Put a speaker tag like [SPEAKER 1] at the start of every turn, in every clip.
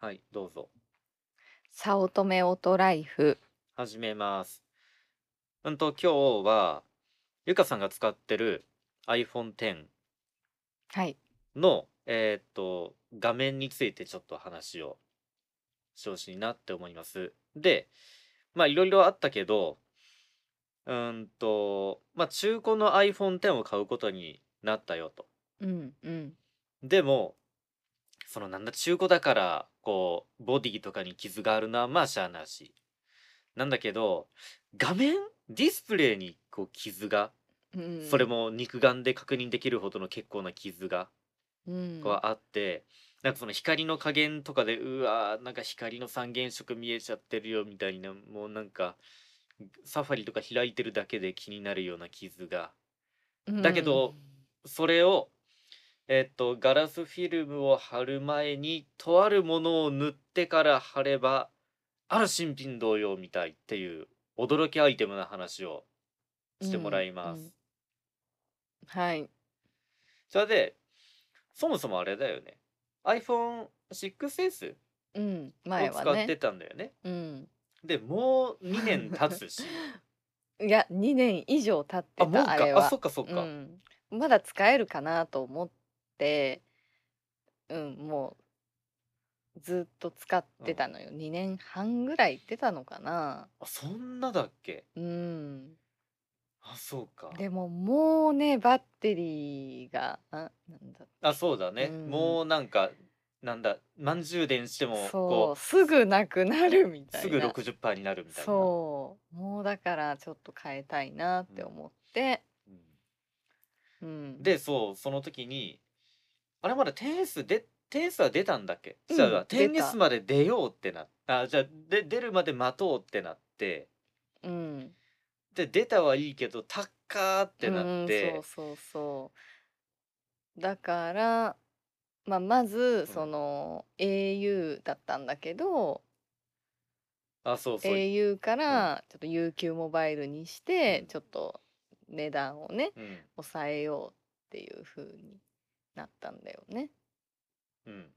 [SPEAKER 1] はい、どうぞ。
[SPEAKER 2] 早乙女オートライフ。
[SPEAKER 1] 始めます。うんと、今日は、ゆかさんが使ってる iPhone X
[SPEAKER 2] はい。
[SPEAKER 1] の、えーっと、画面についてちょっと話をしてほしいなって思います。で、まあ、いろいろあったけど、うんと、まあ、中古の iPhone X を買うことになったよと。
[SPEAKER 2] うんうん。
[SPEAKER 1] でも、そのなんだ中古だからこうボディとかに傷があるのはまあしゃあなしなんだけど画面ディスプレイにこう傷が、
[SPEAKER 2] うん、
[SPEAKER 1] それも肉眼で確認できるほどの結構な傷が
[SPEAKER 2] うん、
[SPEAKER 1] こうあってなんかその光の加減とかでうわーなんか光の三原色見えちゃってるよみたいなもうなんかサファリとか開いてるだけで気になるような傷が。
[SPEAKER 2] うん、
[SPEAKER 1] だけどそれをえっと、ガラスフィルムを貼る前に、とあるものを塗ってから貼れば、ある新品同様みたいっていう、驚きアイテムな話をしてもらいます。
[SPEAKER 2] うんうん、はい。
[SPEAKER 1] それで、そもそもあれだよね。iPhone6S?
[SPEAKER 2] うん、前は
[SPEAKER 1] ね。を使ってたんだよね。
[SPEAKER 2] うん。
[SPEAKER 1] で、もう2年経つ し。
[SPEAKER 2] いや、2年以上経ってたあれ
[SPEAKER 1] は。あ、そっかそっか、
[SPEAKER 2] うん。まだ使えるかなと思って。っうんもうずっと使ってたのよ、うん、2年半ぐらい行ってたのかな
[SPEAKER 1] あそんなだっけ
[SPEAKER 2] うん
[SPEAKER 1] あそうか
[SPEAKER 2] でももうねバッテリーがあなんだ
[SPEAKER 1] あそうだね、うん、もうなんかなんだ満充電しても
[SPEAKER 2] そうすぐなくなるみた
[SPEAKER 1] す
[SPEAKER 2] いな
[SPEAKER 1] ぐ60%になるみたいな
[SPEAKER 2] そうもうだからちょっと変えたいなって思って、うん、うん、
[SPEAKER 1] でそうその時にあれまだ 10S で 10S は出たんだっけ、うん、じゃあ 10S まで出ようってなあじゃあで出るまで待とうってなって、
[SPEAKER 2] うん、
[SPEAKER 1] で出たはいいけど高ーってなって、
[SPEAKER 2] うん、そうそうそうだから、まあ、まずその、うん、au だったんだけど
[SPEAKER 1] あそうそう
[SPEAKER 2] au からちょっと UQ モバイルにして、ちょっと値段をね、抑えようっていうふうになったんだよね。
[SPEAKER 1] うん、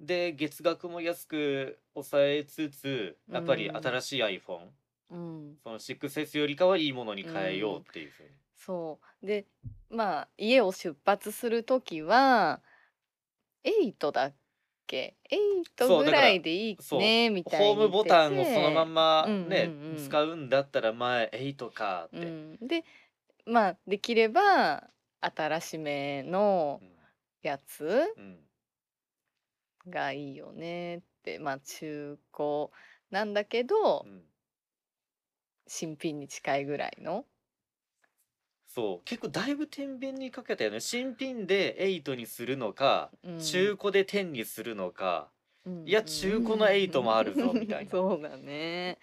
[SPEAKER 1] で月額も安く抑えつつやっぱり新しい iPhone、
[SPEAKER 2] うん、
[SPEAKER 1] その 6S よりかはいいものに変えようっていうふうに。うん、
[SPEAKER 2] そうでまあ家を出発する時は8だっけ8ぐらいでいいねみたいな、
[SPEAKER 1] ホームボタンをそのままね、使うんだったら前8かって。うん
[SPEAKER 2] でまあできれば新しめのやつがいいよねってまあ中古なんだけど、新品に近いぐらいの
[SPEAKER 1] そう結構だいぶ天秤にかけたよね新品で8にするのか、中古で10にするのか、いや中古の8もあるぞみたいな
[SPEAKER 2] そうだね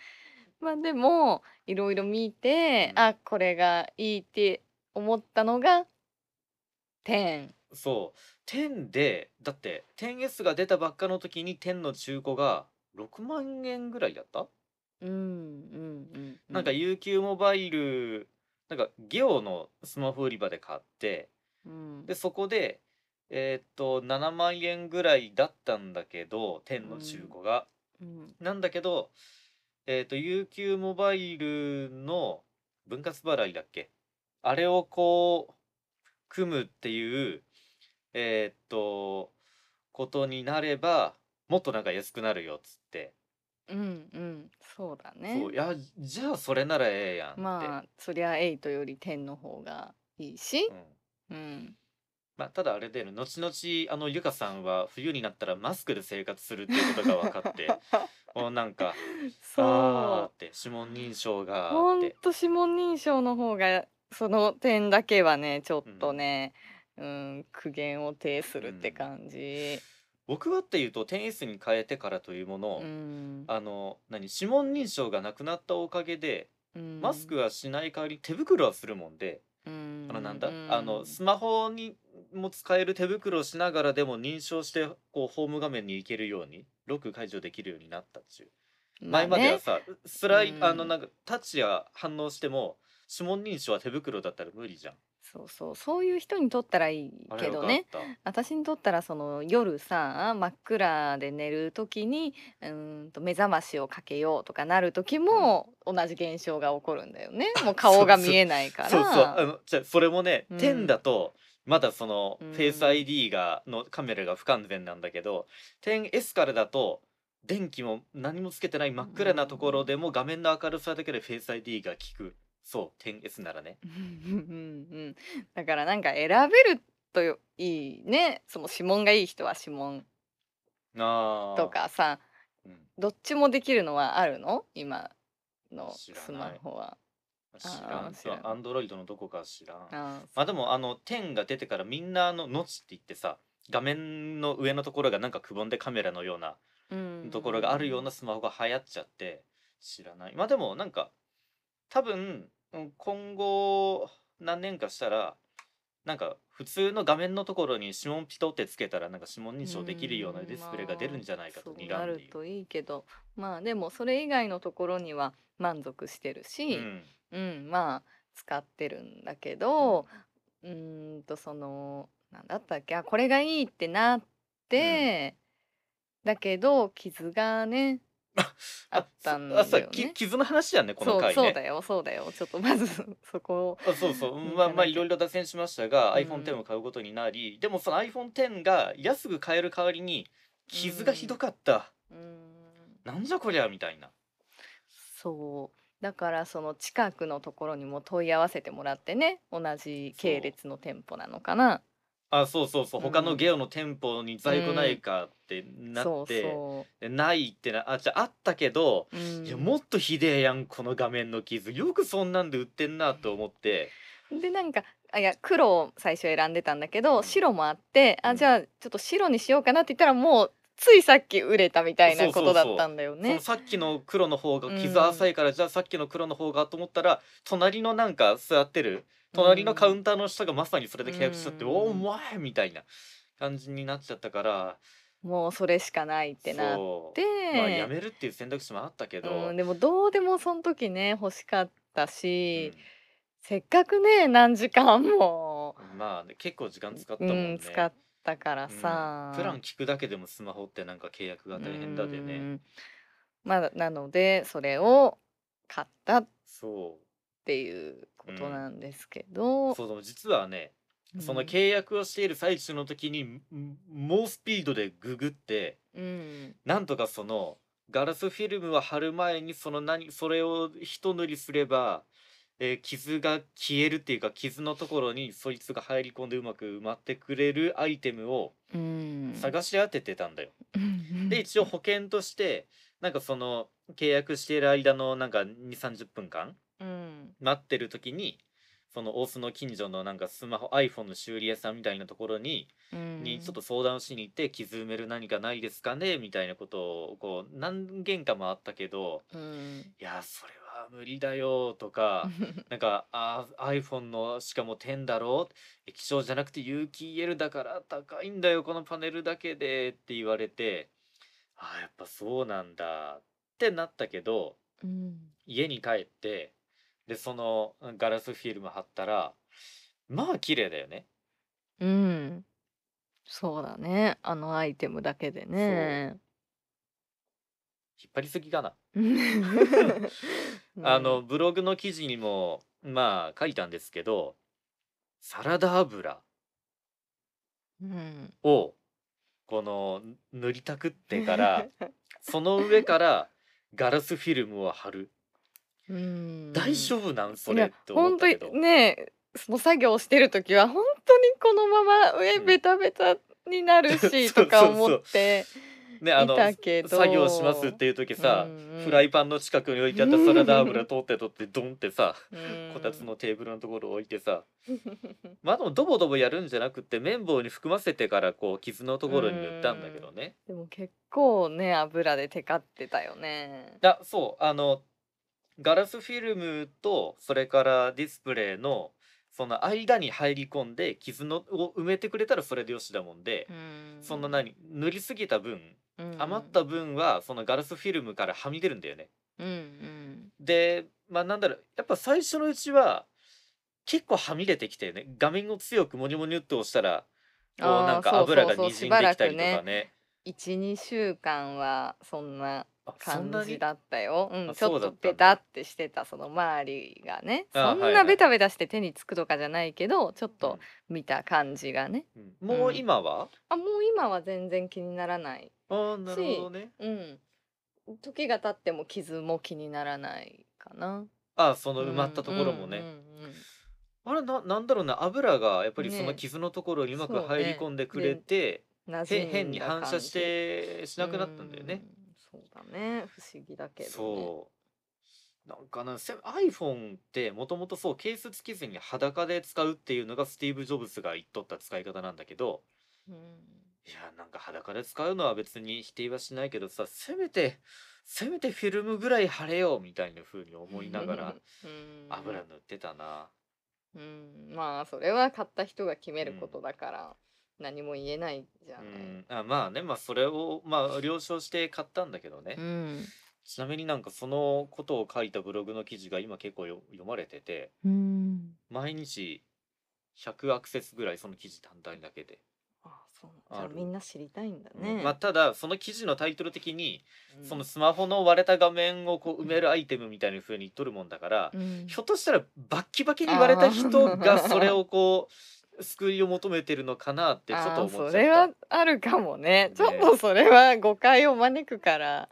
[SPEAKER 2] まあでもいろいろ見て、うん、あこれがいいって思ったのが10
[SPEAKER 1] そう10でだって 10S が出たばっかの時に10の中古が6万円ぐらいだった
[SPEAKER 2] うんうんうん、
[SPEAKER 1] なんか UQ モバイルなんかゲオのスマホ売り場で買って、
[SPEAKER 2] うん、
[SPEAKER 1] でそこでえー、っと7万円ぐらいだったんだけど10の中古が、
[SPEAKER 2] うん、
[SPEAKER 1] なんだけどえー、っと UQ モバイルの分割払いだっけあれをこう組むっていうえー、っとことになればもっとなんか安くなるよっつって。
[SPEAKER 2] うんうんそうだね。
[SPEAKER 1] そういやじゃあそれならええやんって。
[SPEAKER 2] まあそりゃ8より10の方がいいし。、
[SPEAKER 1] うん、うんまあ、ただあれで後々あのゆかさんは冬になったらマスクで生活するっていうことが分かってもうなんか
[SPEAKER 2] そう
[SPEAKER 1] あって指紋認証が
[SPEAKER 2] ほんと指紋認証の方がその点だけはねちょっとね、うん、うん、苦言を呈するって感じ。
[SPEAKER 1] うん、僕はっていうと 10S に変えてからというもの、
[SPEAKER 2] うん、
[SPEAKER 1] あの何指紋認証がなくなったおかげで、マスクはしない代わり手袋はするもんで、
[SPEAKER 2] あの
[SPEAKER 1] なんだ、あのスマホにも使える手袋をしながらでも認証してこうホーム画面に行けるようにロック解除できるようになったっちゅう、まあね、前まではさスライ、あのなんかタッチや反応しても指紋認証は手袋だったら無理じゃん。
[SPEAKER 2] そうそうそういう人にとったらいい
[SPEAKER 1] あれ
[SPEAKER 2] け
[SPEAKER 1] よ
[SPEAKER 2] ど
[SPEAKER 1] か
[SPEAKER 2] ね
[SPEAKER 1] った
[SPEAKER 2] 私にとったらその夜さ真っ暗で寝る時にうーんと目覚ましをかけようとかなる時も同じ現象が起こるん だよね、もう顔が見えないから
[SPEAKER 1] そうそうあのじゃあそれもね、
[SPEAKER 2] うん
[SPEAKER 1] 10だとまだその
[SPEAKER 2] う
[SPEAKER 1] フ
[SPEAKER 2] ん
[SPEAKER 1] ェイス ID がのカメラが不完全なんだけど 10S からだと電気も何もつけてない真っ暗なところでも画面の明るさだけでフェイス ID が効くそう10 S ならね
[SPEAKER 2] うんうんうんだからなんか選べるとよいいねその指紋がいい人は指紋
[SPEAKER 1] あー
[SPEAKER 2] と、かさ
[SPEAKER 1] うん、
[SPEAKER 2] どっちもできるのはあるの今の
[SPEAKER 1] 知らない
[SPEAKER 2] スマホは。
[SPEAKER 1] 知らん
[SPEAKER 2] あー知らん
[SPEAKER 1] アンドロイドのどこか知らん
[SPEAKER 2] あー
[SPEAKER 1] まあでもあの10が出てからみんなあのノチって言ってさ画面の上のところがなんかくぼんでカメラのような
[SPEAKER 2] うん
[SPEAKER 1] ところがあるようなスマホが流行っちゃって知らないまあでもなんか多分うん今後何年かしたらなんか普通の画面のところに指紋ピトってつけたらなんか指紋認証できるようなディスプレイが出るんじゃないかと睨
[SPEAKER 2] ま
[SPEAKER 1] んで
[SPEAKER 2] あそうないる
[SPEAKER 1] る。
[SPEAKER 2] といいけどまあでもそれ以外のところには満足してる
[SPEAKER 1] う
[SPEAKER 2] し、うん
[SPEAKER 1] ん
[SPEAKER 2] まあ使ってるんだけど、うーんとそのなんだったっけあこれがいいってなって、だけど傷がねあったんだよね
[SPEAKER 1] あさき傷の話やねこの
[SPEAKER 2] そう
[SPEAKER 1] 回ね。
[SPEAKER 2] そうだよそうだよちょっとまずそ こを
[SPEAKER 1] あそうそう
[SPEAKER 2] うん
[SPEAKER 1] まあ
[SPEAKER 2] 行かなきゃ
[SPEAKER 1] まあいろいろ脱線しましたが
[SPEAKER 2] うん
[SPEAKER 1] iPhone10 を買うことになり、でもその iPhone10 が安く買える代わりに傷がひどかった、
[SPEAKER 2] うーん
[SPEAKER 1] なんじゃこりゃみたいな
[SPEAKER 2] そうだからその近くのところにも問い合わせてもらってね同じ系列の店舗なのかな
[SPEAKER 1] あそうそうそう
[SPEAKER 2] うん
[SPEAKER 1] 他のゲオの店舗に在庫ないかってな
[SPEAKER 2] そう
[SPEAKER 1] って、
[SPEAKER 2] そ
[SPEAKER 1] でないってなあじゃああったけど、
[SPEAKER 2] う、うん
[SPEAKER 1] いやもっとひでえやんこの画面の傷よくそんなんで売ってんなと思って
[SPEAKER 2] でなんかあいや黒を最初選んでたんだけど、
[SPEAKER 1] うん
[SPEAKER 2] 白もあって
[SPEAKER 1] う
[SPEAKER 2] あ
[SPEAKER 1] ん
[SPEAKER 2] じゃあちょっと白にしようかなって言ったらもうついさっき売れたみたいなことだったんだよ
[SPEAKER 1] その
[SPEAKER 2] ね。
[SPEAKER 1] さっきの黒の方が傷
[SPEAKER 2] うん
[SPEAKER 1] 浅いから、じゃあさっきの黒の方がと思ったら隣のなんか座ってる隣のカウ
[SPEAKER 2] ン
[SPEAKER 1] ンターの人がまさにそれで契約しちゃって「
[SPEAKER 2] うん
[SPEAKER 1] おおお前!」みたいな感じになっちゃったから
[SPEAKER 2] もうそれしかないってなっ
[SPEAKER 1] そう
[SPEAKER 2] て、
[SPEAKER 1] まあ、やめるっていう選択肢もあったけど、
[SPEAKER 2] うん、でもどうでもその時ね欲しかったし、
[SPEAKER 1] う
[SPEAKER 2] せっかくね何時間も、
[SPEAKER 1] んまあね結構時間使った
[SPEAKER 2] う
[SPEAKER 1] もんね。
[SPEAKER 2] ん、使ったからさ、
[SPEAKER 1] うんプラン聞くだけでもスマホってなんか契約が大変だでね、
[SPEAKER 2] うんまあなのでそれを買ったっ
[SPEAKER 1] そ
[SPEAKER 2] ていうことなんですけ
[SPEAKER 1] う
[SPEAKER 2] ど、
[SPEAKER 1] そうでも実はね
[SPEAKER 2] うん
[SPEAKER 1] その契約をしている最中の時にん猛スピードでググって
[SPEAKER 2] うん、
[SPEAKER 1] なんとかそのガラスフィルムは貼る前にその何それを一塗りすれば、えー傷が消えるっていうか傷のところにそいつが入り込んでうまく埋まってくれるアイテムを
[SPEAKER 2] うん
[SPEAKER 1] 探し当ててたんだよ。で一応保険としてなんかその契約している間のなんか2 3 0分間
[SPEAKER 2] うん
[SPEAKER 1] 待ってる時にその大須の近所のなんかスマホ iPhone の修理屋さんみたいなところに
[SPEAKER 2] うん
[SPEAKER 1] にちょっと相談をしに行って「傷埋める何かないですかね?」みたいなことをこう何件かもあったけど
[SPEAKER 2] うん
[SPEAKER 1] 「いやそれは無理だよ」とかなんか「あ iPhone のしかも10だろ液晶じゃなくて有機 EL だから高いんだよこのパネルだけで」って言われて「あーやっぱそうなんだ」ってなったけど
[SPEAKER 2] うん
[SPEAKER 1] 家に帰ってでそのガラスフィルム貼ったらまあ綺麗だよね。
[SPEAKER 2] うんそうだねあのアイテムだけでね
[SPEAKER 1] 引っ張りすぎかな
[SPEAKER 2] うん
[SPEAKER 1] あのブログの記事にもまあ書いたんですけどサラダ油
[SPEAKER 2] うん
[SPEAKER 1] をこの塗りたくってから その上からガラスフィルムを貼る
[SPEAKER 2] うん
[SPEAKER 1] 大丈夫なんそ
[SPEAKER 2] い
[SPEAKER 1] れ
[SPEAKER 2] や
[SPEAKER 1] って思
[SPEAKER 2] 本
[SPEAKER 1] った
[SPEAKER 2] 当
[SPEAKER 1] け
[SPEAKER 2] に
[SPEAKER 1] ど
[SPEAKER 2] ねその作業してる時は本当にこのまま上
[SPEAKER 1] うん
[SPEAKER 2] ベタベタになるしとか思って
[SPEAKER 1] ねあ
[SPEAKER 2] い
[SPEAKER 1] の
[SPEAKER 2] たけど
[SPEAKER 1] 作業しますっていう時さフ
[SPEAKER 2] フ
[SPEAKER 1] ライパンの近くに置いてあったサラダ油取って取ってドンってさこたつのテーブルのところ置いてさまあでもドボドボやるんじゃなくて綿棒に含ませてからこう傷のところに塗ったんだけどね
[SPEAKER 2] でも結構ね油でテカってたよね。
[SPEAKER 1] あそうあのガラスフィルムとそれからディスプレイのその間に入り込んで傷のを埋めてくれたらそれでよしだもんで、そんな何塗りすぎた分余った分はそのガラスフィルムからはみ出るんだよね。
[SPEAKER 2] うん
[SPEAKER 1] でまあなんだろうやっぱ最初のうちは結構はみ出てきてね画面を強くモニュモニュっと押したらこう
[SPEAKER 2] あー
[SPEAKER 1] なんか
[SPEAKER 2] そうそう
[SPEAKER 1] 油が
[SPEAKER 2] そう
[SPEAKER 1] にじ
[SPEAKER 2] し
[SPEAKER 1] ん
[SPEAKER 2] ば
[SPEAKER 1] で
[SPEAKER 2] ら
[SPEAKER 1] き
[SPEAKER 2] く
[SPEAKER 1] たりと
[SPEAKER 2] ね
[SPEAKER 1] かね
[SPEAKER 2] 12週間はそんな
[SPEAKER 1] あそん
[SPEAKER 2] 感
[SPEAKER 1] な
[SPEAKER 2] じ
[SPEAKER 1] に
[SPEAKER 2] だったよ、うん、
[SPEAKER 1] あ
[SPEAKER 2] ちょ
[SPEAKER 1] そう
[SPEAKER 2] っ
[SPEAKER 1] だ
[SPEAKER 2] と
[SPEAKER 1] った
[SPEAKER 2] ベ
[SPEAKER 1] んだ
[SPEAKER 2] タってしてたその周りがね
[SPEAKER 1] あ
[SPEAKER 2] そ
[SPEAKER 1] ー
[SPEAKER 2] ん
[SPEAKER 1] はい
[SPEAKER 2] な
[SPEAKER 1] はい
[SPEAKER 2] ベタベタして手につくとかじゃないけどちょっと
[SPEAKER 1] う
[SPEAKER 2] 見た感じがね
[SPEAKER 1] んうんもう今は、
[SPEAKER 2] あもう今は全然気にならない
[SPEAKER 1] ああなるほどね
[SPEAKER 2] うん時が経っても傷も気にならないかな
[SPEAKER 1] あーその埋まったところもね、
[SPEAKER 2] うんうんうん
[SPEAKER 1] あれななんだろうな油がやっぱりその
[SPEAKER 2] ね
[SPEAKER 1] 傷のところにうまく
[SPEAKER 2] そうね
[SPEAKER 1] 入り込んでくれて、
[SPEAKER 2] うん馴染
[SPEAKER 1] へ
[SPEAKER 2] んだ
[SPEAKER 1] 変に反射
[SPEAKER 2] 感
[SPEAKER 1] し
[SPEAKER 2] じ
[SPEAKER 1] てしなくなったんだよね。
[SPEAKER 2] うんそうだね不思議だけど、ね、
[SPEAKER 1] そうなんかなせ iPhone ってもともとそうケースつけずに裸で使うっていうのがスティーブ・ジョブズが言っとった使い方なんだけど
[SPEAKER 2] うん、
[SPEAKER 1] いやなんか裸で使うのは別に否定はしないけどさせめてせめてフィルムぐらい貼れよみたいな風に思いながら
[SPEAKER 2] うん
[SPEAKER 1] 油塗ってたな。
[SPEAKER 2] うんまあそれは買った人が決めることだから何も言えないじゃ
[SPEAKER 1] う
[SPEAKER 2] ない、
[SPEAKER 1] ん、あまあねまあそれをまあ了承して買ったんだけどね。
[SPEAKER 2] うん
[SPEAKER 1] ちなみになんかそのことを書いたブログの記事が今結構よ読まれてて
[SPEAKER 2] うん、
[SPEAKER 1] 毎日100アクセスぐらいその記事単体だけで、
[SPEAKER 2] あそうなんじ
[SPEAKER 1] あ
[SPEAKER 2] ゃあ
[SPEAKER 1] る
[SPEAKER 2] みんな知りたいんだ
[SPEAKER 1] うん
[SPEAKER 2] ね、
[SPEAKER 1] まあ、ただその記事のタイトル的に
[SPEAKER 2] うん
[SPEAKER 1] そのスマホの割れた画面をこう埋めるアイテムみたいな風に言っとるもんだから、
[SPEAKER 2] うん
[SPEAKER 1] ひょっとしたらバッキバキに割れた人が
[SPEAKER 2] あー
[SPEAKER 1] それをこう救いを求めてるのかなってちょっと
[SPEAKER 2] あ
[SPEAKER 1] 思っ
[SPEAKER 2] ー
[SPEAKER 1] ちゃった
[SPEAKER 2] それはあるかもね
[SPEAKER 1] ね
[SPEAKER 2] ちょっとそれは誤解を招くから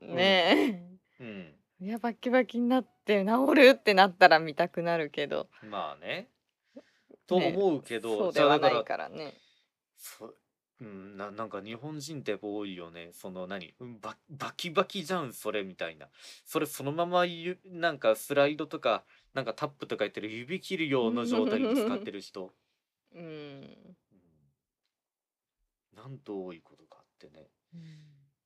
[SPEAKER 2] ね
[SPEAKER 1] うん、
[SPEAKER 2] え、いやバッキバキになって治るってなったら見たくなるけど
[SPEAKER 1] まあねと思うけど、
[SPEAKER 2] そう
[SPEAKER 1] じ
[SPEAKER 2] で
[SPEAKER 1] ゃあ
[SPEAKER 2] は
[SPEAKER 1] だ
[SPEAKER 2] な
[SPEAKER 1] から
[SPEAKER 2] いからね
[SPEAKER 1] そう、うん、ななんか日本人ってやっぱ多いよねその何、うん、ババキバキじゃんそれみたいなそれそのままゆなんかスライドとかなんかタップとか言ってる指切るような状態に使ってる人、
[SPEAKER 2] うん、
[SPEAKER 1] うん、なんと多いことかってね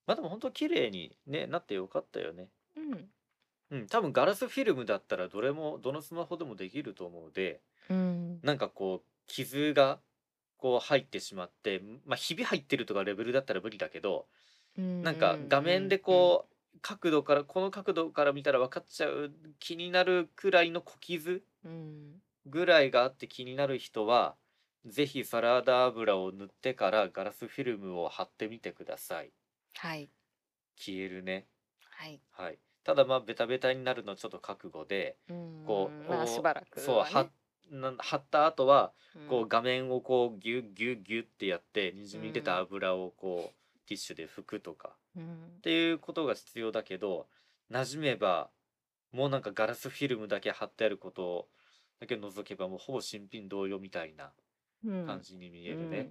[SPEAKER 1] まあでも本当綺麗にねなってよかったよね
[SPEAKER 2] うん
[SPEAKER 1] うん多分ガラスフィルムだったらどれもどのスマホでもできると思うので
[SPEAKER 2] うん、
[SPEAKER 1] なんかこう傷がこう入ってしまってまあひび入ってるとかレベルだったら無理だけどなんか画面でこう角度からこの角度から見たら分かっちゃう気になるくらいの小傷
[SPEAKER 2] うん、うん
[SPEAKER 1] ぐらいがあって気になる人はぜひサラダ油を塗ってからガラスフィルムを貼ってみてください
[SPEAKER 2] はい
[SPEAKER 1] 消えるね
[SPEAKER 2] はい、
[SPEAKER 1] はいただまあベタベタになるのちょっと覚悟で
[SPEAKER 2] うん
[SPEAKER 1] こう
[SPEAKER 2] まあしばらく
[SPEAKER 1] そう
[SPEAKER 2] は
[SPEAKER 1] 貼
[SPEAKER 2] ね
[SPEAKER 1] っなん貼った後は
[SPEAKER 2] うん
[SPEAKER 1] こう画面をこうギュッギュッギュッってやってにじみ出た油をこうティッシュで拭くとか
[SPEAKER 2] うん
[SPEAKER 1] っていうことが必要だけど馴染めばもうなんかガラスフィルムだけ貼ってあることだけ除けばもうほぼ新品同様みたいな
[SPEAKER 2] うん
[SPEAKER 1] 感じに見えるね、
[SPEAKER 2] うん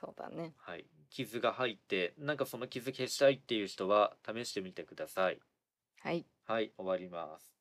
[SPEAKER 2] そうだね
[SPEAKER 1] はい傷が入ってなんかその傷消したいっていう人は試してみてください
[SPEAKER 2] はい
[SPEAKER 1] はい終わります